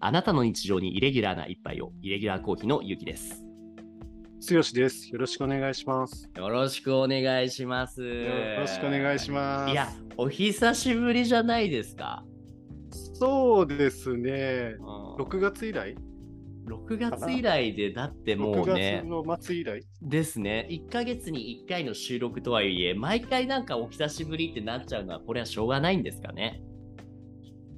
あなたの日常にイレギュラーな一杯を、イレギュラーコーヒーのゆうきです。剛です。よろしくお願いします。よろしくお願いします。よよろしくお願いします。いや、お久しぶりじゃないですか。そうですね。 6 6月以来月以来で、だってもう ?6 ね月、の末以来ですね、1ヶ月に1回の収録とはいえ、毎回なんかお久しぶりってなっちゃうのは、これはしょうがないんですかね。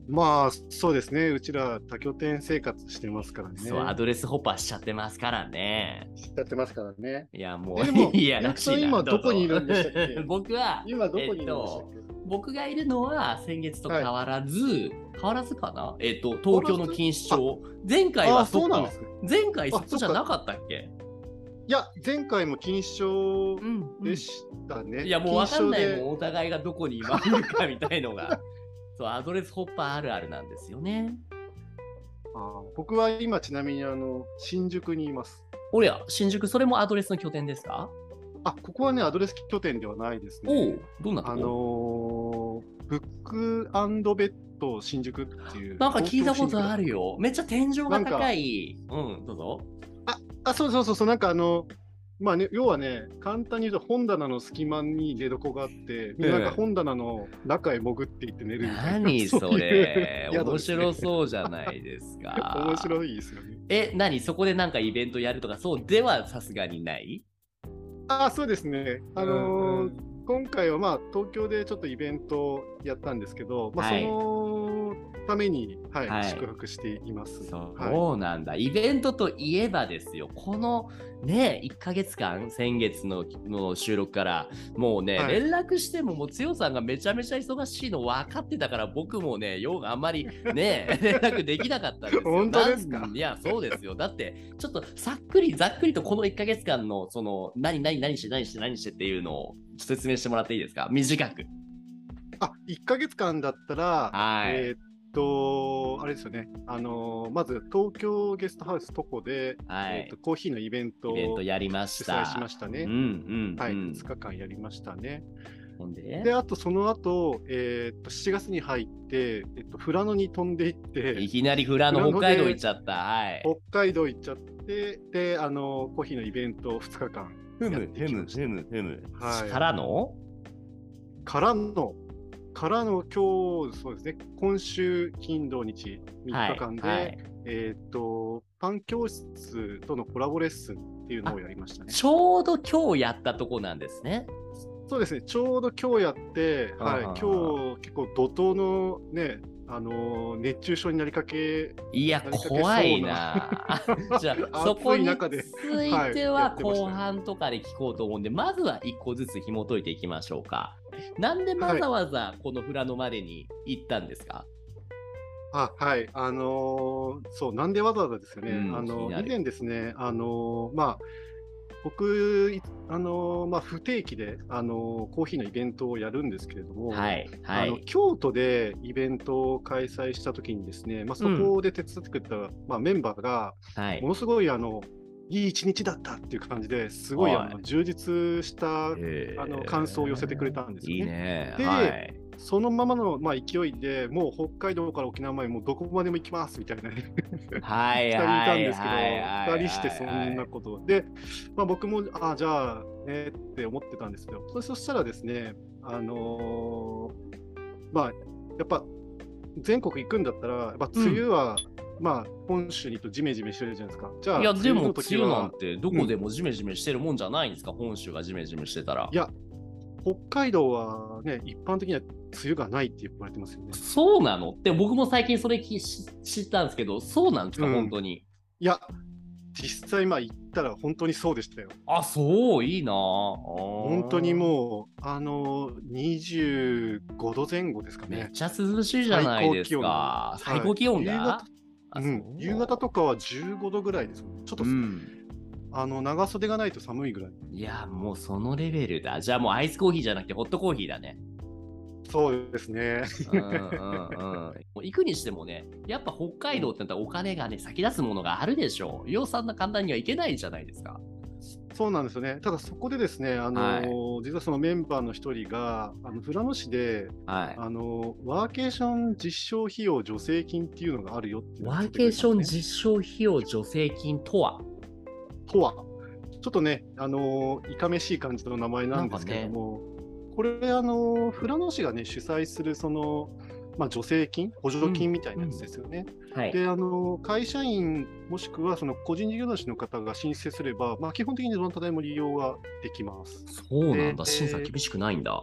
まあ、そうですね。うちら多拠点生活してますからね。そう、アドレスホッパーしちゃってますからね。やってますからね。いや、もう、で もい やらしいな役所今どこにいるんでしたっけ僕は、今どこにいるんでしたえっっけ、僕がいるのは先月と変わらず、変わらずかなえっ、と、東京の錦糸町。前回あはあ、そうなんっでかすね。前回そあこそっかじゃなかったっけいや、前回も錦糸町うん、うんでいしたね。や、もうわかんない錦糸町でもん、お互いがどこに今いるかみたいのが。 そう、アドレスホッパーあるあるなんですよね。あー僕は今、ちなみにあの新宿にいます。おや、新宿、それもアドレスの拠点ですかあ、ここはね、アドレス拠点ではないですね。おう、どんなとこあのー、ブックベッド新宿っていう。なんか聞いたことある。るよ。めっちゃ天井がなんか高い。うん、どうぞ。あ、そうそうそうそう、なんかあの、まあね、要はね、簡単に言うと本棚の隙間に寝床があって、みんなが本棚の中へ潜っていって寝るみたいな。何ういうそれ宿ですね面白そうじゃないですか 面白いですよね。え何そこでなんかイベントやるとかそうではさすがにないあ、そうですね。あうのーん今回はまあ東京でちょっとイベントをやったんですけど、まあ、そはいのために、はいはい宿泊しています。はいそうなんだ、イベントといえばですよこのね1ヶ月間先月のの収録からもうね、はい連絡してももう強さんがめちゃめちゃ忙しいの分かってたから僕もねようあんまり ね連絡できなかったんですよ本当ですかなんいやそうですよだってちょっとさっくりざっくりとこの1ヶ月間のその何何何して何して何してっていうのをちょっと説明してもらっていいですか短くあ、1ヶ月間だったら、はい、えーっと、あれですよね、あのーまず東京ゲストハウスとこで、はい、えーっとコーヒーのイベントイベンをトやりまし主た。催しましたね。うんうん、うんはい、2日間やりましたね。ほんでで、あとその後、えーっと7月に入って、えっと富良野に飛んでいってい、きなりフラの富良北野で海道行っちゃった。はい。北海道行っちゃって、で、あのーコーヒーのイベント2日間ふむやってきましたむ、ふむはいからのからの、からの今日、そうですね、今週、金、土、日、3日間で、はいはいえーっと、パン教室とのコラボレッスンっていうのをやりましたね。ちょうど今日やったとこなんですね。そうですね、ちょうど今日やって、はい、あ今ー日結構怒涛のね、あのー熱中症になりかけ、いや、なんか怖いな。じゃあ、そこ暑いにつ中でいてはいやはってました後ね半とかで聞こうと思うんで、まずは一個ずつ紐解いていきましょうか。なんでわざわざこのフラノまでに行ったんですか、あはい、あのーそう、なんでわざわざですよね、うんあ気にのなる以前ですね、あのーまあ、僕、いあのーまあ、不定期で、あのーコーヒーのイベントをやるんですけれども、はい、はあのい。京都でイベントを開催したときにですね、まあ、そこで手伝ってくれた、まあ、メンバーが、はいも。のすごいあのいい一日だったっていう感じですごいあはの充実したえーあの感想を寄せてくれたんですいよねいね。ではい。そのままの、まあ、勢いでもう北海道から沖縄までもうどこまでも行きますみたいなねはい2人いたんですけど2人してそんなこことで、まあ、僕もあじゃあねって思ってたんですけどそそしたらですねあのーまあやっぱ全国行くんだったらやっぱ梅雨は、まあ本州にとジメジメしてるじゃないですかじゃあいやで雨もの梅時雨なはんてどこでもジメジメしてるもんじゃないんですか、本州がジメジメしてたらいや北海道はね一般的には梅雨がないって言われてますよねそうなのって僕も最近それ聞し知ったんですけどそうなんですか、うん本当にいや実際まあ行ったら本当にそうでしたよあそういいな本本当にもうあの25度前後ですかめっねちゃ涼しいじゃないですか最最高高気気温温が、う、あそうん夕方とかは15度ぐらいですもんちょっと、うんあの長袖がないと寒いぐらいいやもうそのレベルだじゃあもうアイスコーヒーじゃなくてホットコーヒーだねそうですね うんうんうんもう行くにしてもね、やっぱ北海道ってなったらお金がね、先立つものがあるでしょう。洋さんな簡単には行けないじゃないですか。そうなんですよね。ただそこでですね、あの実はそのメンバーの一人が、あの富良野市で、はい。あのワーケーション実証費用助成金っていうのがあるよっていうのをワ聞ーいてくケれーたんですションね実証費用助成金とはとは、ちょっとね、あのーいかめしい感じの名前なんですけれども、これ、あのー富良野市がね、主催する、その、まあ、助成金、補助金みたいなやつですよね。はい。で、あのー会社員、もしくはその個人事業主の方が申請すれば、まあ、基本的にどなたでも利用ができます。そうなんだ。で審査厳しくないんだ。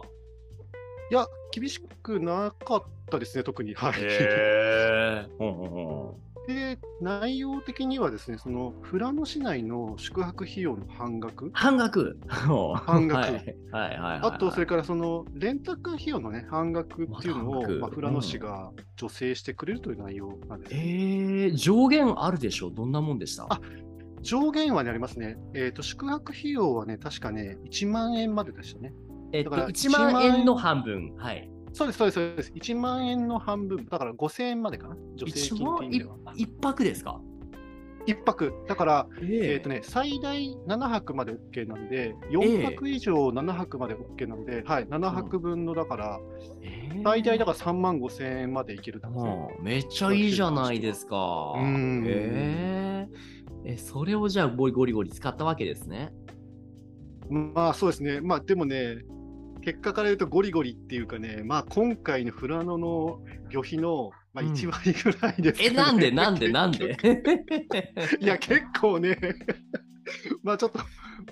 いや、厳しくなかったですね、特に。はい。へえ。うんうんうん。で、内容的にはですね、その富良野市内の宿泊費用の半額、 半額。半額はいはいはいはい。あと、それからそのレンタカー費用の、ね、半額っていうのまあ半を、額まあ、富良野市が助成してくれるという内容なんです、えー、上限あるでしょどんなもんでしたあ上限は、ね、ありますね、えーと、宿泊費用はね、確かね、1万円まででしたね。えっと、だから1万円の半分。はい。そうです、そうです、そうです。1万円の半分、だから5000円までかな、助成1金って万いう意味では。一泊ですか1泊、だから、ええーとね、最大7泊まで OK なんで、4泊以上7泊まで OK なんで、はい、7泊分の、だから、えー最大だから3万5000円までいけるなんですね。うんめっちゃいいじゃないですか。うんえーえ、それをじゃあゴリゴリゴリ使ったわけです ね。まあそうですね、まあでもね、結果から言うとゴリゴリっていうかね、まあ今回の富良野の旅費の、まあ、うん1割ぐらいですえ、かね、なんでなんでなんで いや、結構ね、 まあちょっと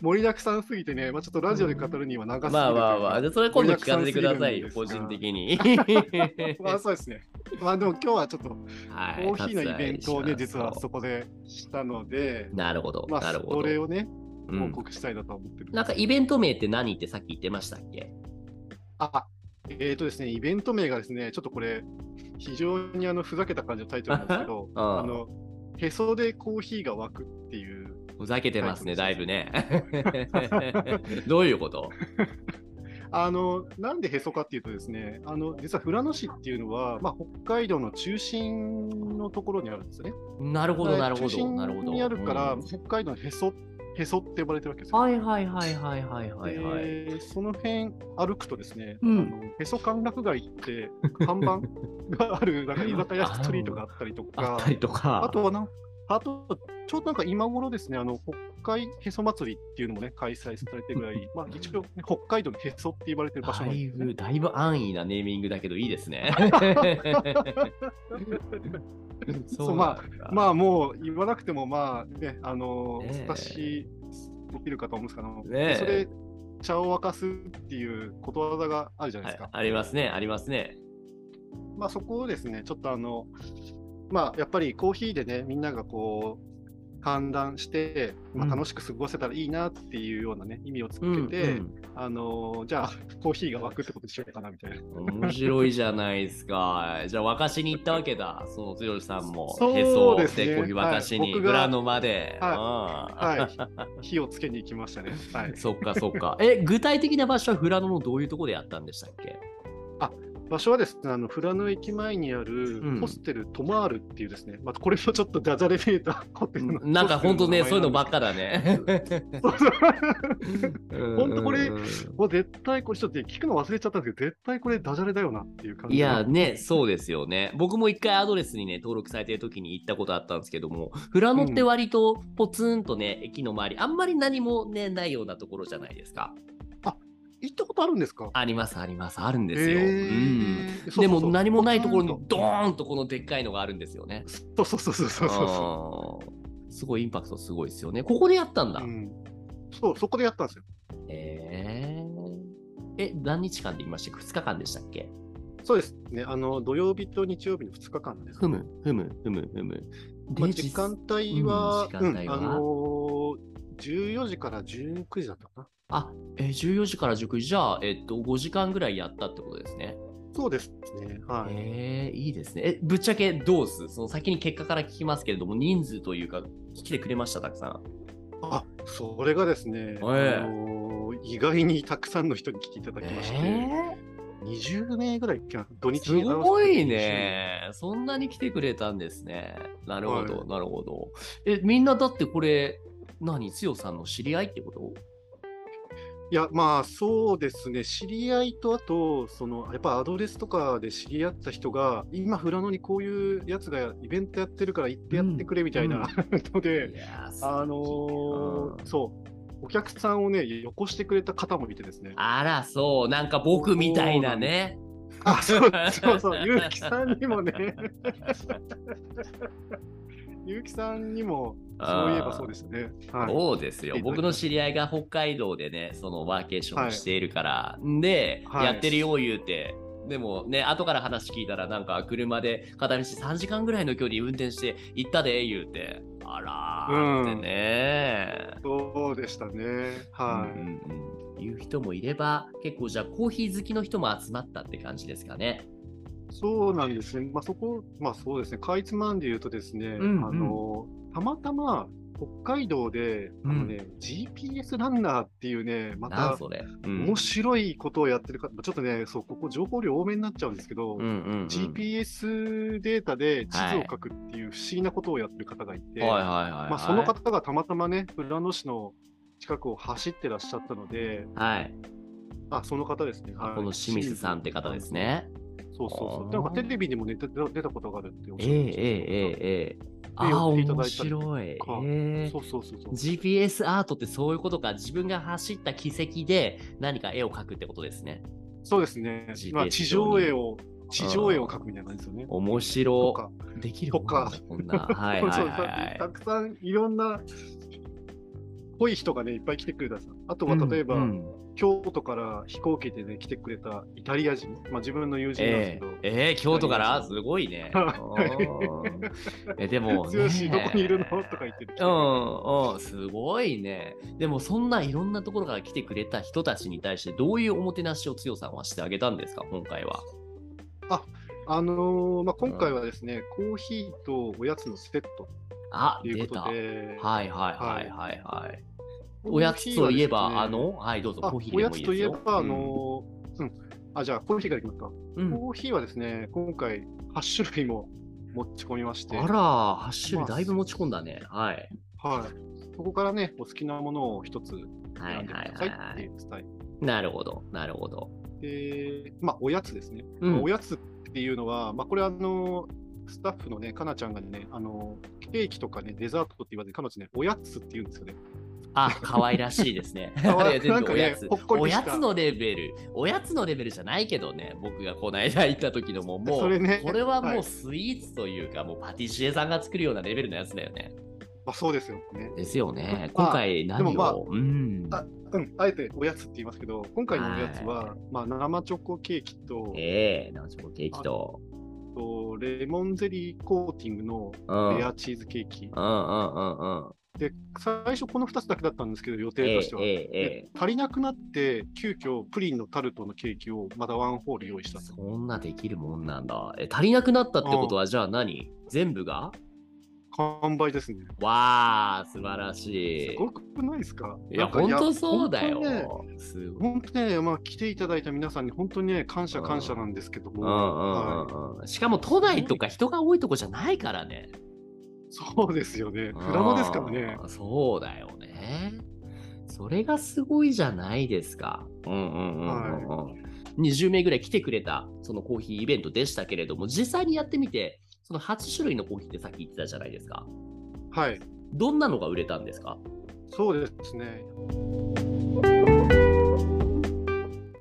盛りだくさんすぎてね、まあちょっとラジオで語るには長すぎるというまあまかあまあ、じゃあそれ今度聞かせてください よ、盛個りだくさ人んすぎ的に。まあそうですね。まあでも今日はちょっとコはいーヒーのイベントをね、割愛します実はそこでしたので、なるほど、まなあるほど。それをね、うん報告したいなと思ってる。なんかイベント名って何ってさっき言ってましたっけ、あえーとですね、イベント名がですね、ちょっとこれ、非常にあのふざけた感じのタイトルなんですけど うんあのへそでコーヒーが湧くっていう、ふざけてますね、だはいいぶね。 どういうことあのなんでへそかっていうと、ですねあの実は富良野市っていうのは、まあ、北海道の中心のところにあるんですよね。なるほど、でなるほ中ど、心なるほど。にあるから、うん北海道のへそへそって呼ばれてるわけですよ。はいはいはいはいはいはいはい。でその辺歩くとですね、うんあのへそ歓楽街って看板があるなんか居酒屋ストリートがあったりとあかった、りとか。あとはな、あと、ちょうどなんか今頃ですね、あの北海へそ祭りっていうのもね、開催されてるぐら い、まあ一応ね、北海道のへそって言われてる場所だなんいですねぶ、。だいぶ安易なネーミングだけどいいですね。 そうまあまあもう言わなくても、まあね、あのねえお察しできるかと思うんですけど、ねえそれ、茶を沸かすっていうことわざがあるじゃないですか。ありますね、ありますね。まあそこをですね、ちょっとあの、まあやっぱりコーヒーでね、みんながこう、寒暖して、まあ、うん楽しく過ごせたらいいなっていうようなね、意味をつけて、うんあのーじゃあ、コーヒーが湧くってことにしようかなみたい な。うん面白いじゃないですか。じゃあ、沸かしに行ったわけだ。そう、剛さんも。そうへそをでですねコーヒー沸かしはいに、僕グがラノまで。うんはい、火をつけに行きましたね。はい、そっかそっか。え、具体的な場所は富良野のどういうところでやったんでしたっけ場所はですね、あの富良野駅前にあうんるホステルトマールっていうですね、まあ、これもちょっとダジャレめいたホテルの なんか本当ね、そういうのばっかだ。だね。そうそう本当これもう絶対これちょっと聞くの忘れちゃったんですけど、絶対これダジャレだよなっていう感じいの。やね、そうですよね。僕も一回アドレスにね、登録されてる時に行ったことあったんですけども、富良野って割とポツンとね、駅の周り、あんまり何もね、ないようなところじゃないですか。行ったことあるんですかあります、あります、あるんへですよ。うん。ーそうでそうもそう何もないところにドーンとこのでっかいのがあるんですよね。そうそうそうそうそうそうそあーすごいインパクトすごいですよね。ここでやったんだ。う。うんそう、そこでやったんですよ。えー、え、何日間で言いましたっけ ?2 日間でしたっけそうですね、あの土曜日と日曜日の2日間ですねふむ、ふむ、ふむ、ふむ。まあ、で時間帯は、うん時間帯はあのー、14時から19時だったかな。あ、えー、14時から19時、じゃあ、えっと、5時間ぐらいやったってことですね。そうですね。はい。えー、いいですね。え、ぶっちゃけどうすその先に結果から聞きますけれども、人数というか、来てくれました、たくさん。あそれがですね、ええあのー意外にたくさんの人に来ていただきまして、え20名ぐらいかな土ー、日すごい。ね。そんなに来てくれたんですね。なるほど、はなるほど。え、みんなだってこれ、何強さんの知り合いってこといや、まあそうですね、知り合いとあと、そのやっぱアドレスとかで知り合った人が、今、富良野にこういうやつがイベントやってるから行ってやってくれみたいな ので、いやー素敵あのーそう、お客さんをね、よこしてくれた方もいてですね、あら、そう、なんか僕みたいなね。。あ、 そうそうそう、ゆうきさんにもね、ゆうきさんにも、そういえばそうですすね。はい、そうですよいただ僕きましたの知り合いが北海道でねそのワーケーションしているから、で、はいやってるよ言うてでもね後から話聞いたらなんか車で片道3時間ぐらいの距離運転して行ったで言うてあらーってね、そうでしたね。はうんうい。んうんいう人もいれば結構じゃあコーヒー好きの人も集まったって感じですかね。そうなんですね。まあ、そこ、まあ、そうですね。かいつまんで言うとですね、んうんあの、たまたま。北海道で、あのね、GPS ランナーっていうね、まなんたそれ。うん面白いことをやってるか、ちょっとね、そう、ここ情報量多めになっちゃうんですけど、うんうんうん、 GPS データで地図を書くっていう不思議なことをやってる方がいて、はいはいはいはい。まあ、その方がたまたまね、浦野市の近くを走ってらっしゃったので、はい。あ、その方ですね。この清水さんって方です。ね。そうそうあそう。ーなんかテレビにも出た出たことがあるっておっえしえゃってましたええええ。ああ、寄っていた面だいたりとか白い。ええそうそうそうそう。 GPS アートってそういうことか。自分が走った軌跡で何か絵を描くってことですね。そうですね。 GPS まあ地上絵を地上絵を描くみたいな感じですよね。面と白。か、できるもんなんだとこんな。はい そうはいそうはいた。くさんいろんな。濃い人がね、いっぱい来てくれたさ。あとは例えば、うんうん京都から飛行機でね、来てくれたイタリア人、まあ自分の友人なんですえけど、えええ京都からすごいね。うんえでも、強し、どこにいるのねとか言ってる。うんうん、すごいね。でもそんないろんなところから来てくれた人たちに対してどういうおもてなしを強さんはしてあげたんですか今回は。あのーまあ、今回はですね、コーヒーとおやつのセットあとい出うた。こはといで、はいはいはいはい。コーヒーはおやつとですねいえば、あのはいどうぞあコーヒーおでやもいついとですいえよ。ば、あのーうんあ、じゃあコーヒーからいきますか。うんうんコーヒーはですね、今回8種類も持ち込みまして、あはい、ら8種類だいぶ持ち込んだね。はい。そこからね、お好きなものを一つはいは選いんでくだはさいいっはていい。うスタイル。なるほどなるほど。で、まあ、おやつですね。うおん。やつっていうのは、まあ、これあのスタッフのね、かなちゃんがね、あのケーキとかね、デザートって言わずに、彼女ね、おやつって言うんですよね。あ可愛ら しいですね。 可 あ愛れい全なん部かおねやつほっ。こりおしたやつのレベル。おやつのレベルじゃないけどね、僕がこの間行った時の ももうそれねこれはもはういスイーツというか、もうパティシエさんが作るようなレベルのやつだよね。まあ、そうですよね。ですよね。まあ今回何を、でもまあうん。あうん、あえておやつって言いますけど、今回のおやつはは、まあ、生チョコケーキとええなんちょケーキと。とレモンゼリーコーティングのうん。うんうんレアチーズケーキ、うんうん。で最初この2つだけだったんですけど、予え定えとしては。ええええで足りなくなって、急遽プリンのタルトのケーキをまだワンホール用意したと。そんなできるもんなんだ。え足りなくなったってことは、じゃあ何全部が完売ですね。わあ、素晴らしい。すごくないですかいや、なんか本当そうだよ本当ね。すごい。本当ね、まあ、来ていただいた皆さんに本当にね、感謝感謝なんですけどうも、んうんはうんうん、しかも都内とか人が多いとこじゃないからね。い、そうですよね、フラマですからねう。ん。そうだよね。それがすごいじゃないですか。うんうんうんうんうん。20名ぐらい来てくれたそのコーヒーイベントでしたけれども、実際にやってみて、その8種類のコーヒーってさっき言ってたじゃないですか。はいどんなのが売れたんですかそうですね。